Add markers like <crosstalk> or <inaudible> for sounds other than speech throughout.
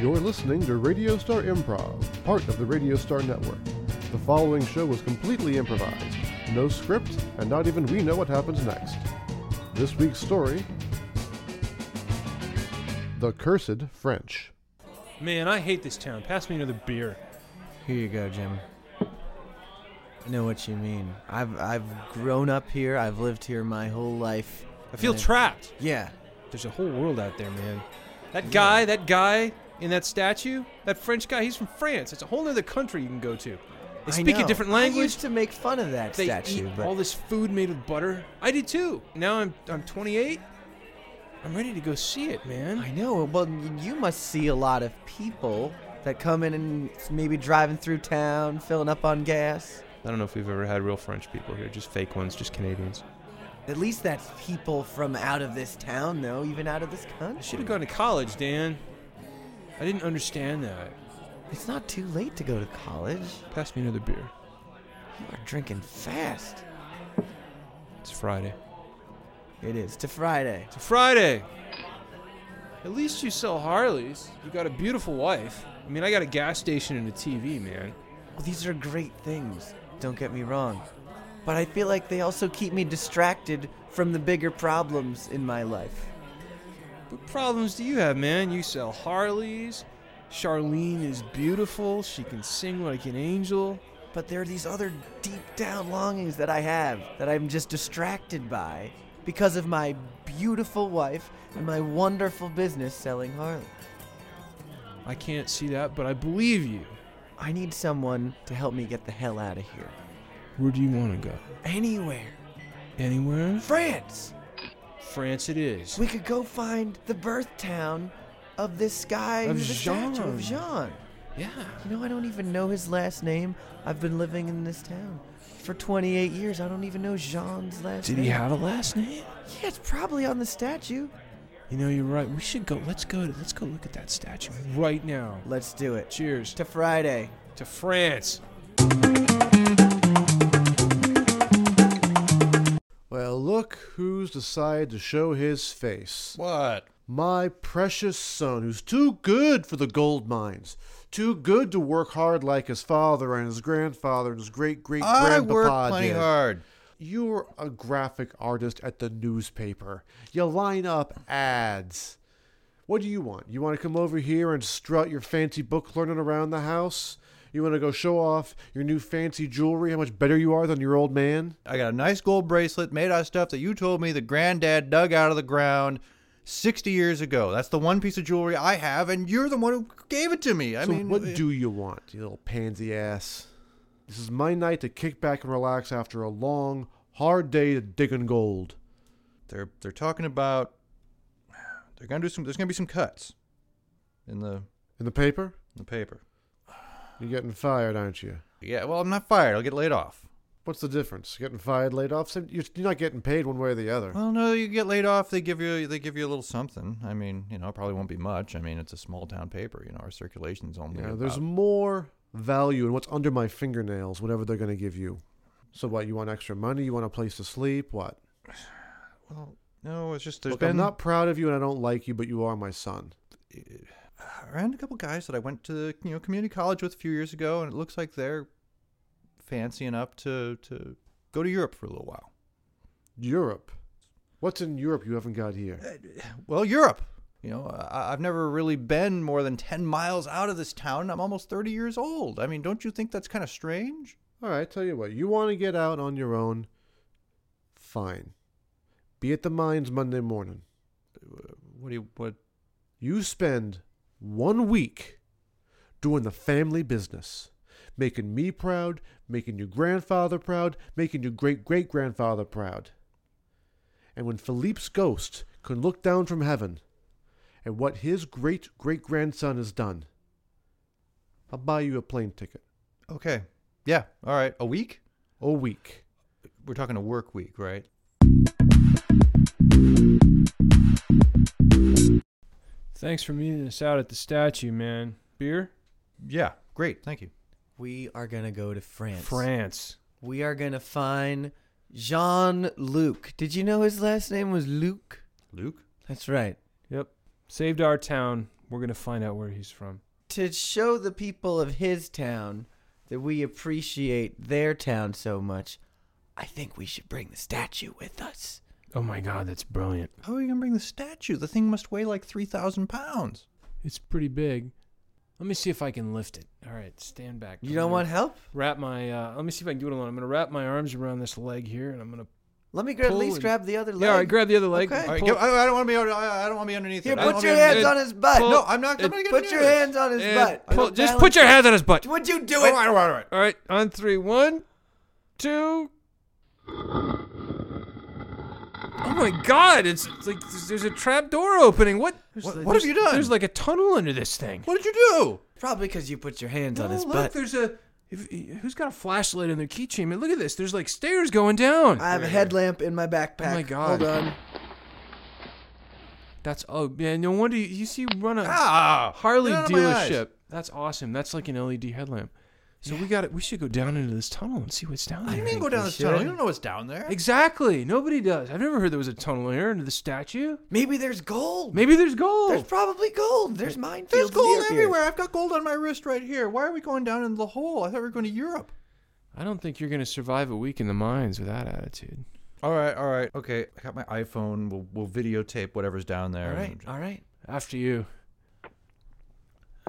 You're listening to Radio Star Improv, part of the Radio Star Network. The following show was completely improvised, no script, and not even we know what happens next. This week's story The Cursed French. Man, I hate this town. Pass me another beer. Here you go, Jim. I know what you mean. I've I've grown up here. I've lived here my whole life. I feel And trapped. Yeah. There's a whole world out there, man. That guy, that guy in that statue, that French guy, he's from France. It's a whole other country you can go to. They I speak a know. different I language. used to make fun of that They statue, eat but all this food made with butter. I did too. Now I'm I'm 28. I'm ready to go see it, I man. know. Well, y- you must see a lot of people that come in and s- maybe driving through town, filling up on gas. I don't know if we've ever had real French people here, just fake ones, just Canadians. At least that's people from out of this town, though, even out of this country. I should have gone to college, Dan. I didn't understand that. It's not too late to go to college. Pass me another beer. You are drinking fast. It's Friday. It is to Friday. It's a Friday. At least you sell Harleys. You got a beautiful wife. I mean, I got a gas station and a TV, man. Well, these are great things, don't get me wrong. But I feel like they also keep me distracted from the bigger problems in my life. What problems do you have, man? You sell Harleys. Charlene is beautiful. She can sing like an angel. But there are these other deep down longings that I have that I'm just distracted by because of my beautiful wife and my wonderful business selling Harley. I can't see that, but I believe you. I need someone to help me get the hell out of here. Where do you want to go? Anywhere. Anywhere? France! France it is. We could go find the birth town of this guy Of who's a statue Jean. of Jean. Yeah. You know, I don't even know his last name. I've been living in this town for 28 years. I don't even know Jean's last Did name. he have a last name? Yeah, it's probably on the statue. You know, you're right. We should go. Let's go. To, let's go look at that statue right now. Let's do it. Cheers To Friday. to France. Well, look who's decided to show his face. What? My precious son, who's too good for the gold mines, too good to work hard like his father and his grandfather and his great great grandpapa I work plenty did. hard. You're a graphic artist at the newspaper. You line up ads. What do you want? You want to come over here and strut your fancy book learning around the house? You want to go show off your new fancy jewelry, how much better you are than your old man? I got a nice gold bracelet made out of stuff that you told me the granddad dug out of the ground 60 years ago. That's the one piece of jewelry I have, and you're the one who gave it to me. I so mean, what do you want, you little pansy ass? This is my night to kick back and relax after a long, hard day of digging gold. they're they're talking about? They're gonna do some. There's gonna be some cuts in the in In the paper? the paper. You're getting fired, aren't you? Yeah. Well, I'm not fired. I'll get laid off. What's the difference? Getting fired, laid off? Same- You're you're not getting paid one way or the other. Well, no, you get laid off. They give you they give you a little something. I mean, you know, it probably won't be much. I mean, it's a small town paper. You know, our circulation's only. Yeah, there's about- more value in what's under my fingernails, whatever they're going to give you. So what? You want extra money? You want a place to sleep? What? well, no, it's just there's Look, been I'm not proud of you, and I don't like you, but you are my son. around a couple guys that I went to you know community college with a few years ago, and it looks like they're fancy enough to to go to Europe for a little while. Europe. What's in Europe you haven't got here? Well, Europe. You know, I, I've never really been more than ten miles out of this town. I'm almost thirty years old. I mean, don't you think that's kind of strange? All right, tell you what. You want to get out on your own? Fine. Be at the mines Monday morning. What do you what? You spend one week doing the family business, making me proud, making your grandfather proud, making your great great grandfather proud. And when Philippe's ghost can look down from heaven at what his great great grandson has done, I'll buy you a plane ticket. Okay, yeah, all right. A week? A week. We're talking a work week, right? Thanks for meeting us out at the statue, man. Beer? Yeah, great. Thank you. We are going to go to France. France. We are going to find Jean Luc. Did you know his last name was Luc? Luke. That's right. Yep. Saved our town. We're gonna find out where he's from. to show the people of his town that we appreciate their town so much, I think we should bring the statue with us. Oh my God, that's brilliant. How are you gonna bring the statue? The thing must weigh like three thousand pounds. It's pretty big. Let me see if I can lift it. All right, stand back. You don't want help? wrap my. Uh, let me see if I can do it alone. I'm gonna wrap my arms around this leg here, and I'm gonna. Let me gra- at Pull least and- grab the other leg. Yeah, all right, grab the other leg. Okay. All right, Pull- go, I, I don't want to be. under- I, I don't want to be underneath Here, it. I don't put wanna your be under- hands it- on his butt. pull- No, I'm not. I'm it- not gonna put do your this. hands on his and butt. I pull- don't just balance put your it. hands on his butt. Would you do Wait, it? wait, wait, wait. All right, on three. One, two. Oh my God! It's, it's like there's- there's a trap door opening. What? What- there's- what have you done? There's like a tunnel under this thing. What did you do? Probably because you put your hands on Oh, his look, butt. there's a. If, who's got a flashlight in their keychain? Man, look at this. There's like stairs going down. I have a headlamp in my backpack. Oh my God. Hold on. That's oh man, no wonder you, you see you run a Ah, Harley get out of my eyes. dealership. That's awesome. That's like an LED headlamp. So we got it. We should go down into this tunnel and see what's down there. I didn't go down this tunnel. You don't know what's down there. Exactly. Nobody does. I've never heard there was a tunnel here under the statue. Maybe there's gold. Maybe there's gold. There's probably gold. There's minefields. There's gold near here. everywhere. I've got gold on my wrist right here. Why are we going down in the hole? I thought we were going to Europe. I don't think you're gonna survive a week in the mines with that attitude. All right, all right, okay. I got my iPhone. We'll, we'll videotape whatever's down there. All right, all right. After you,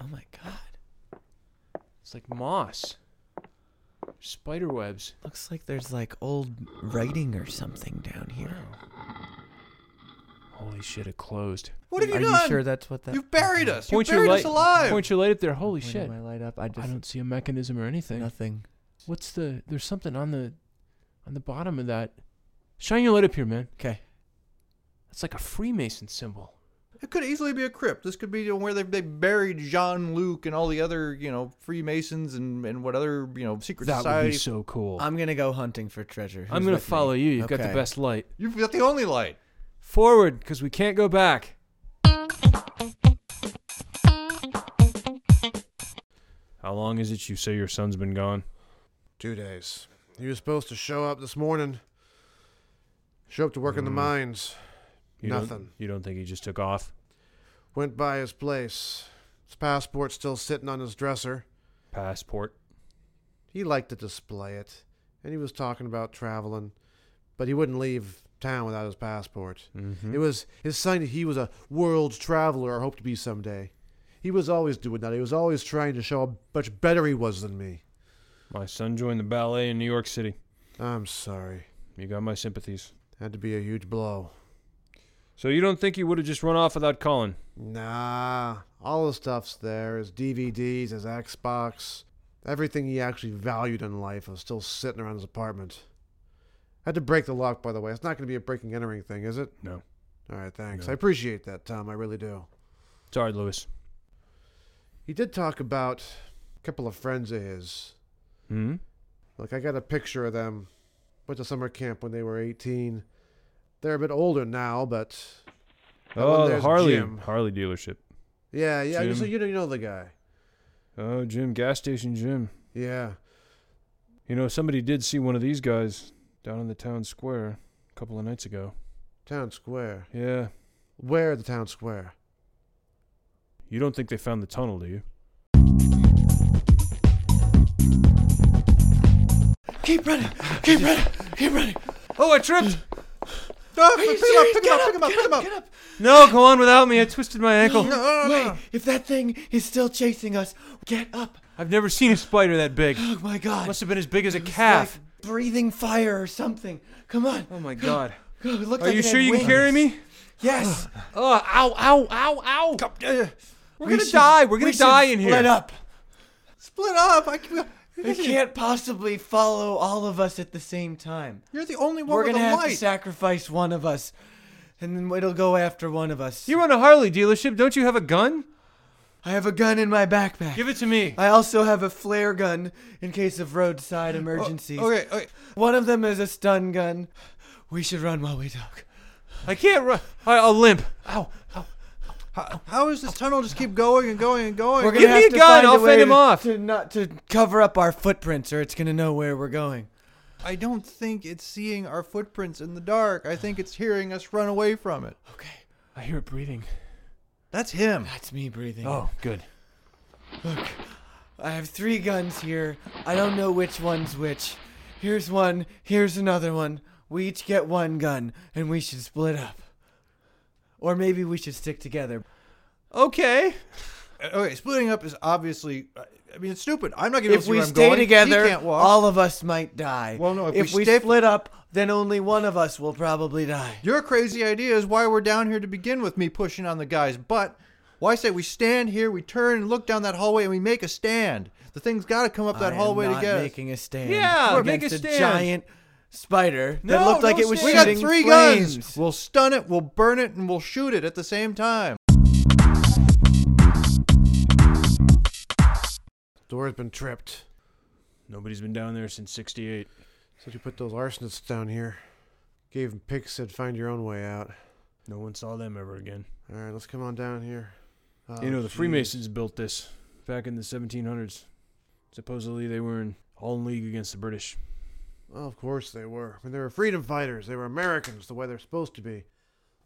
Oh my God. it's like moss, spider webs. Looks like there's like old writing or something down here. Holy shit! It closed. What have you Are done? you sure that's what that? You've buried us. Point you buried your light. us alive. Point your light up there. Holy Pointed shit! My light up. I I just don't see a mechanism or anything. nothing. What's the? There's something on the, on the bottom of that. Shine your light up here, man. Okay. That's like a Freemason symbol. It could easily be a crypt. This could be where they, they buried Jean Luc and all the other, you know, Freemasons and, and what other, you know, secret That would society. be so cool. I'm, I'm gonna go hunting for treasure. Who's gonna with me? follow you. You've got the Okay. best light. You've got the only <laughs> light. Forward, because we can't go back. How long is it you say your son's been gone? Two days. He was supposed to show up this morning. Show up to work in the Mm. mines. You Don't, Nothing. you don't think he just took off? Went by his place. His passport still sitting on his dresser. Passport. He liked to display it, and he was talking about traveling, but he wouldn't leave town without his passport. Mm-hmm. It was his sign that he was a world traveler or hoped to be someday. He was always doing that. He was always trying to show how much better he was than me. My son joined the ballet in New York City. I'm sorry. You got my sympathies. Had to be a huge blow. So you don't think he would have just run off without calling? Nah, all the stuff's there. His DVDs, his Xbox, everything he actually valued in life was still sitting around his apartment. Had to break the lock, by the way. It's not going to be a breaking entering thing, is it? No. All right, thanks. No. I appreciate that, Tom. I really do. Sorry, Lewis. He did talk about a couple of friends of his. Hmm? Like, I got a picture of them. Went to summer camp when they were 18. They're a bit older now, but. that one Oh, the there's Harley Jim. Harley dealership. Yeah, yeah. you- So Jim. you know, you know the guy. Oh, Jim, gas station Jim. Yeah. You know, somebody did see one of these guys down in the town square a couple of nights ago. Town Square. Yeah. Where the town square? You don't think they found the tunnel, do you? Keep running. Keep running. Keep running. Oh, I tripped! Oh, Are you pick him up, serious? pick him Get up, pick him up, pick him up. Get up. No, go on without me. I twisted my ankle. No, no, no, no. Wait, if that thing is still chasing us, get up. I've never seen a spider that big. Oh my God. Must have been as big as a It's calf. Like breathing fire or something. Come on. Oh my god. Go. It looked Are like you it had sure you can wings. carry me? <gasps> Yes. Oh, ow, ow, ow, ow. We're We gonna should- die. We're gonna we should die in here. Split up. Split up. I, can- They can't possibly follow all of us at the same time. you're the only one We're with gonna a have to light. sacrifice one of us, and then it'll go after one of us. You're on a Harley dealership. Don't you have a gun? I have a gun in my backpack. Give it to me. I also have a flare gun in case of roadside emergencies. Oh, okay, okay. One of them is a stun gun. We should run while we talk. I can't run. All right, I'll limp. Ow. How, how is this tunnel just keep going and going and going? We're gonna Give me have a to gun, find I'll way fend him to- off. To not to cover up our footprints, or it's gonna know where we're going. I don't think it's seeing our footprints in the dark. I think it's hearing us run away from it. Okay. I hear it breathing. That's him. That's me breathing. Oh, good. Look, I have three guns here. I don't know which one's which. Here's one, here's another one. We each get one gun, and we should split up. Or maybe we should stick together. Okay. Uh, Okay, splitting up is obviously. I- I mean, it's stupid. I'm not gonna. If see where we I'm stay going. He together, can't walk. all of us might die. Well, no, if we we stay- split up, then only one of us will probably die. Your crazy idea is why we're down here to begin with. Me pushing on the guy's butt. Why say we stand here, we turn and look down that hallway, and we make a stand? The thing's got to come up that I am hallway to not get us. making a stand. Yeah, against make a stand. giant spider that No, looked like no it was We stand. got shooting three flames. guns. We'll stun it, we'll burn it, and we'll shoot it at the same time. Door's been tripped. Nobody's been down there since 68. So you put those arsonists down here. Gave them picks, said find your own way out. No one saw them ever again. All right, let's come on down here. Oh, you know, the geez. Freemasons built this back in the 1700s. Supposedly they were in all in league against the British. Well, of course they were. I mean, they were freedom fighters. They were Americans, the way they're supposed to be.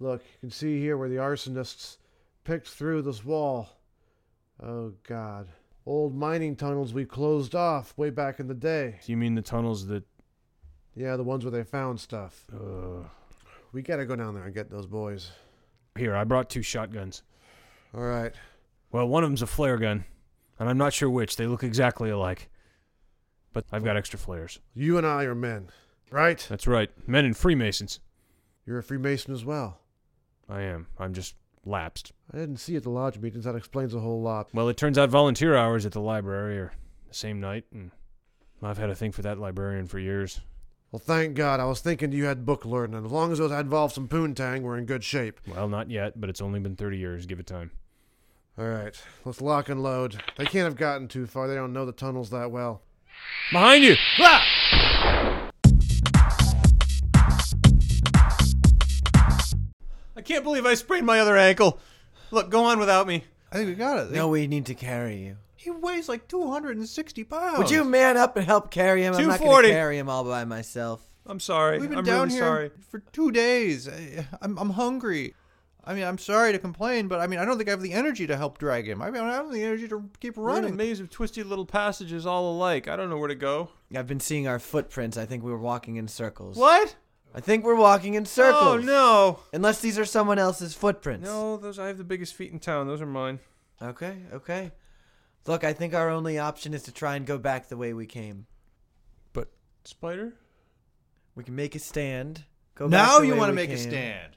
Look, you can see here where the arsonists picked through this wall. Oh, God. Old mining tunnels we closed off way back in the day. Do you mean the tunnels that? Yeah, the ones where they found stuff. Uh, We gotta go down there and get those boys. here, I brought two shotguns. All right. Well, one of them's a flare gun, and I'm not sure which. They look exactly alike. But I've got extra flares. You and I are men, right? That's right. Men and Freemasons. You're a Freemason as well. I am. I'm just lapsed. I didn't see you at the lodge meetings. That explains a whole lot. Well, it turns out volunteer hours at the library are the same night, and I've had a thing for that librarian for years. Well, thank God. I was thinking you had book learning. As long as those involve some poontang, we're in good shape. Well, not yet, but it's only been 30 years. Give it time. All right, let's lock and load. They can't have gotten too far. They don't know the tunnels that well. Behind you! Ah! I can't believe I sprained my other ankle. Look, go on without me. I think we got it. No, we need to carry you. He weighs like 260 pounds. Would you man up and help carry him? I'm not going 240. to carry him all by myself. I'm sorry. We've been I'm down really here sorry. for two days. I, I'm, I'm hungry. I mean, I'm sorry to complain, but I mean, I don't think I have the energy to help drag him. I mean, I don't have the energy to keep We're in a running. maze of twisty little passages all alike. I don't know where to go. I've been seeing our footprints. I think we were walking in circles. What? I think we're walking in circles. Oh no! Unless these are someone else's footprints. No, those I have the biggest feet in town. Those are mine. Okay, okay. Look, I think our only option is to try and go back the way we came. But spider? We can make a stand. Go back now the you way want to we make a came. stand.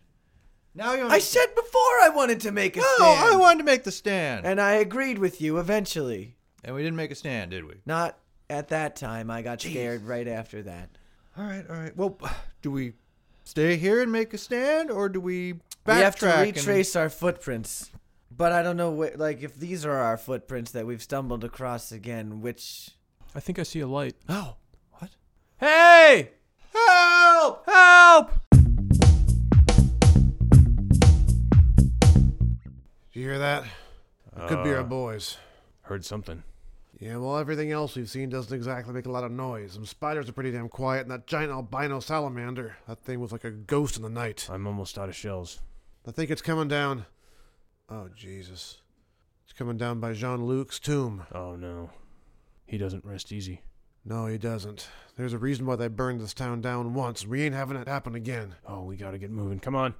Now you want I said before I wanted to make a No, stand. I wanted to make the stand. And, And I agreed with you eventually. we didn't make a stand, did we? Not at that time. I got scared right after that. All right, all right. Well, <sighs> do we stay here and make a stand, or do we backtrack? we have to and- retrace our footprints. But I don't know, wh- like, if these are our footprints that we've stumbled across again, which. I think I see a light. Oh, what? Hey! Help! Help! You hear that? It could be our boys. Heard something. Yeah, well, everything else we've seen doesn't exactly make a lot of noise. Them spiders are pretty damn quiet, and that giant albino salamander, that thing was like a ghost in the night. I'm almost out of shells. I think it's coming down. Oh, Jesus. It's coming down by Jean Luc's tomb. Oh no. He doesn't rest easy. No, he doesn't. There's a reason why they burned this town down once. We ain't having it happen again. Oh, we gotta get moving. Come on.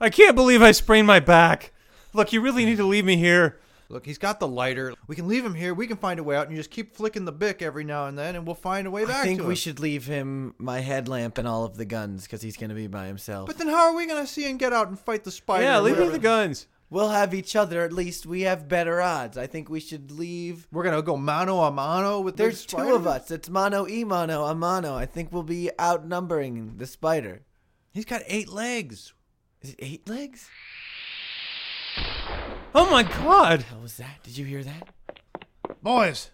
I can't believe I sprained my back. Look, you really need to leave me here. Look, he's got the lighter. We can leave him here. We can find a way out, and you just keep flicking the bick every now and then, and we'll find a way back I think to we him. should leave him my headlamp and all of the guns because he's going to be by himself. But then how are we gonna see and get out and fight the spider? yeah, or leave me whatever? with the guns. we'll have each other at least. We have better odds. I think we should leave. We're gonna go mano a mano with the There's two spider? of <gasps> us. It's mano e mano a mano. I think we'll be outnumbering the spider. He's got eight legs. Is it eight legs? Oh my god! How was that? Did you hear that? Boys!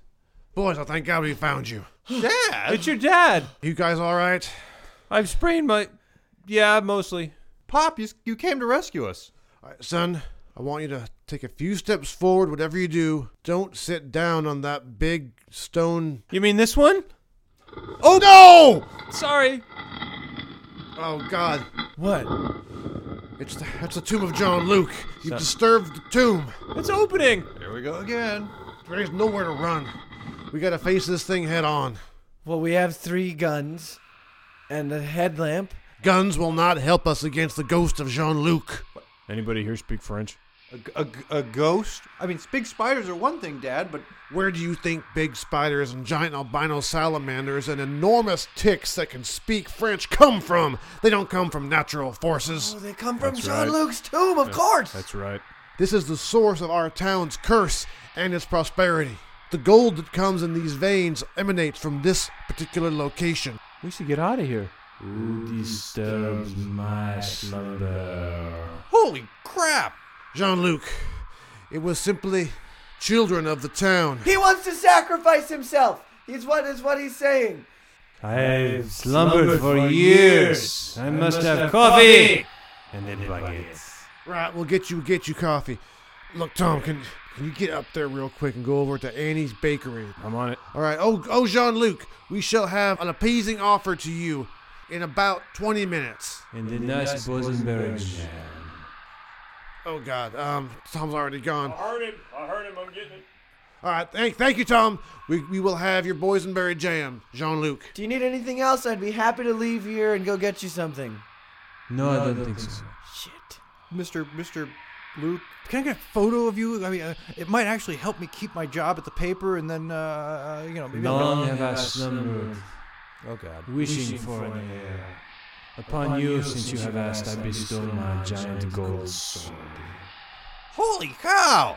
Boys, I thank God we found you. Dad, It's your dad! You guys all right? I've sprained my. Yeah, mostly. Pop, you you came to rescue us. All right, son, I want you to take a few steps forward, whatever you do. Don't sit down on that big stone. You mean this one? Oh no! Sorry. Oh God, What? it's the, that's the tomb of John Luke. You disturbed the tomb. It's opening. Here we go again. There's nowhere to run. We gotta face this thing head on. Well, we have three guns and a headlamp. Guns will not help us against the ghost of Jean Luc. Anybody here speak French? A, g- a g- a ghost? I mean, big spiders are one thing, Dad, but Where do you think big spiders and giant albino salamanders and enormous ticks that can speak French come from? They don't come from natural forces. Oh, they come from That's Jean right. Luc's tomb, of course. right. This is the source of our town's curse and its prosperity. The gold that comes in these veins emanates from this particular location. We should get out of here. disturbs my slumber. holy crap! Jean Luc, it was simply children of the town. He wants to sacrifice himself. He's what is what he's saying. I've slumbered for years. I must have coffee. and then buckets. Right, we'll get you get you coffee. Look, Tom, can can you get up there real quick and go over to Annie's bakery? I'm on it. All right. Oh, oh, Jean Luc, we shall have an appeasing offer to you in about 20 minutes. And the nice bosenberry jam. Oh God, um, Tom's already gone. heard him. I heard him. I'm getting it. All right. Thank, thank you, Tom. We we will have your boysenberry jam, Jean Luc. Do you need anything else? I'd be happy to leave here and go get you something. No, I don't think so. Shit. Mr. Mr. Luke, can I get a photo of you? I mean, uh, it might actually help me keep my job at the paper, and then, uh, uh, you know, maybe I'll Long have I slumbered, Oh, God. wishing for an heir. Upon you, since you have asked, I bestow my giant gold sword. Holy cow!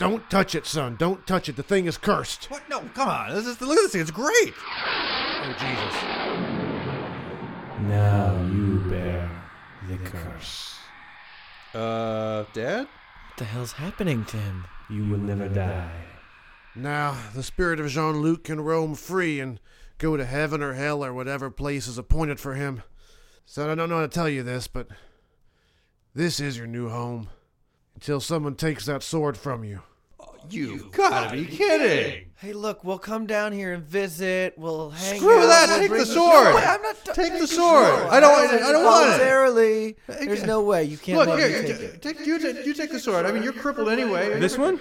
Don't touch it, son. Don't touch it. The thing is cursed. What? No, come on. This is, look at this thing. It's great. Oh Jesus. Now you bear the curse. Uh, Dad? What the hell's happening to him? You will never die. Now the spirit of Jean Luc can roam free and go to heaven or hell or whatever place is appointed for him. Son, I don't know how to tell you this, but this is your new home until someone takes that sword from you. You've gotta be kidding. Hey, look, we'll come down here and visit. We'll hang Screw out. that, We'll take bring- the sword. No, wait, I'm not t- Take the taking sword. the I don't- I- I don't want it. Voluntarily, Hey, There's yeah. no way. You can't Look, let here, me take you it. take, you, take, you take the sword. I mean, you're crippled anyway. This one?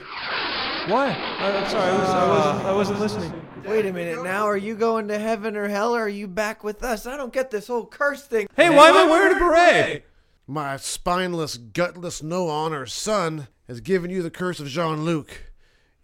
Why? I, I'm sorry. I, was, I, was, I wasn't listening. Wait a minute. Now, are you going to heaven or hell, or are you back with us? I don't get this whole curse thing. Hey, why am I wearing a beret? My spineless, gutless, no honor son has given you the curse of Jean Luc.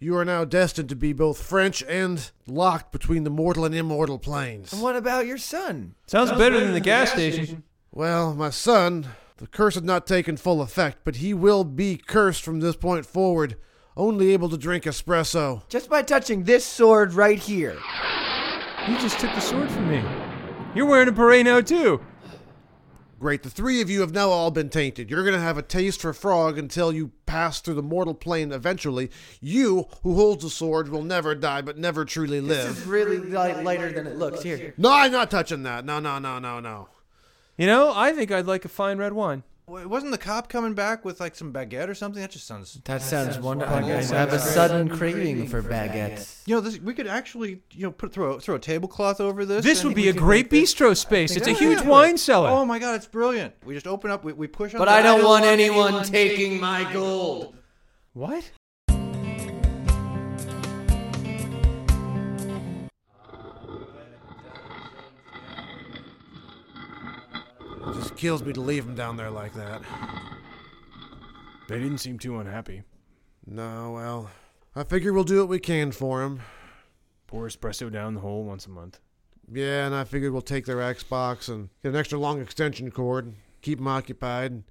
You are now destined to be both French and locked between the mortal and immortal planes. What about your son? Sounds better than the gas station. Well, my son, the curse has not taken full effect, but he will be cursed from this point forward, only able to drink espresso. Just by touching this sword right here. You just took the sword from me. You're wearing a beret now too. Great, the three of you have now all been tainted. You're going to have a taste for frog until you pass through the mortal plane eventually. You, who holds the sword, will never die, but never truly live. It's really light, lighter than it looks. Here. No, I'm not touching that. No, no, no, no, no. You know, I think I'd like a fine red wine. Wait, wasn't the cop coming back with like some baguette or something? That just sounds. That sounds wonderful. I wonderful. have a Baguettes. sudden craving for baguettes. You know, this we could actually you know put throw a- throw a tablecloth over this. This and would we be a could great make this- bistro space. It's a huge Yeah. wine cellar. Oh my god, it's brilliant. We just open up. We, we push. up But the- I don't want anyone taking my gold. What? It just kills me to leave him down there like that. They didn't seem too unhappy. No, well, I figure we'll do what we can for him. Pour espresso down the hole once a month. Yeah, and I figured we'll take their Xbox and get an extra long extension cord, and keep them occupied, and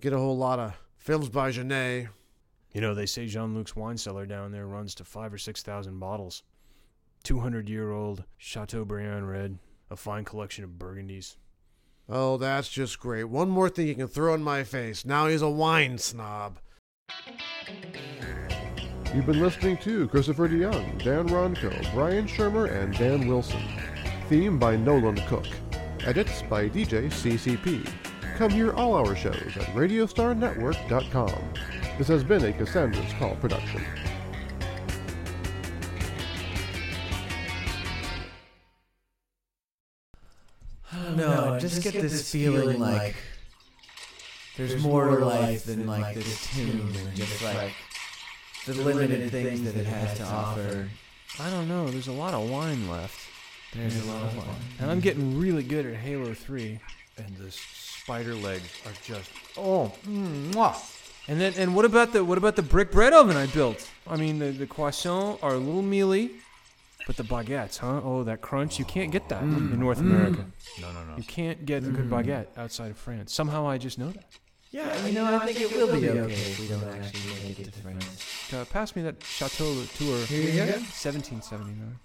get a whole lot of films by Genet. You know, they say Jean Luc's wine cellar down there runs to five or six thousand bottles. Two hundred year old Chateaubriand red, a fine collection of burgundies. Oh, that's just great. One more thing you can throw in my face. Now he's a wine snob. You've been listening to Christopher DeYoung, Dan Ronco, Brian Shermer, and Dan Wilson. Theme by Nolan Cook. Edits by DJ CCP. Come hear all our shows at RadiostarNetwork.com. This has been a Cassandra's Call production. No, I don't, just get this feeling like there's more to life than like this tomb and just like the limited things that it has to offer. I don't know. There's a lot of wine left, There's a lot of fun. and I'm getting really good at Halo Three. And the spider legs are just oh, mwah. And then, and what about the what about the brick bread oven I built? I mean, the the croissants are a little mealy, but the baguettes, huh? Oh, that crunch! You can't get that in North America. No, no, no. You can't get a good baguette outside of France. Somehow, I just know that. Yeah, you know, I think it will be okay if we don't actually make it to France. Uh, pass me that Chateau Tour, Here you go. 1779.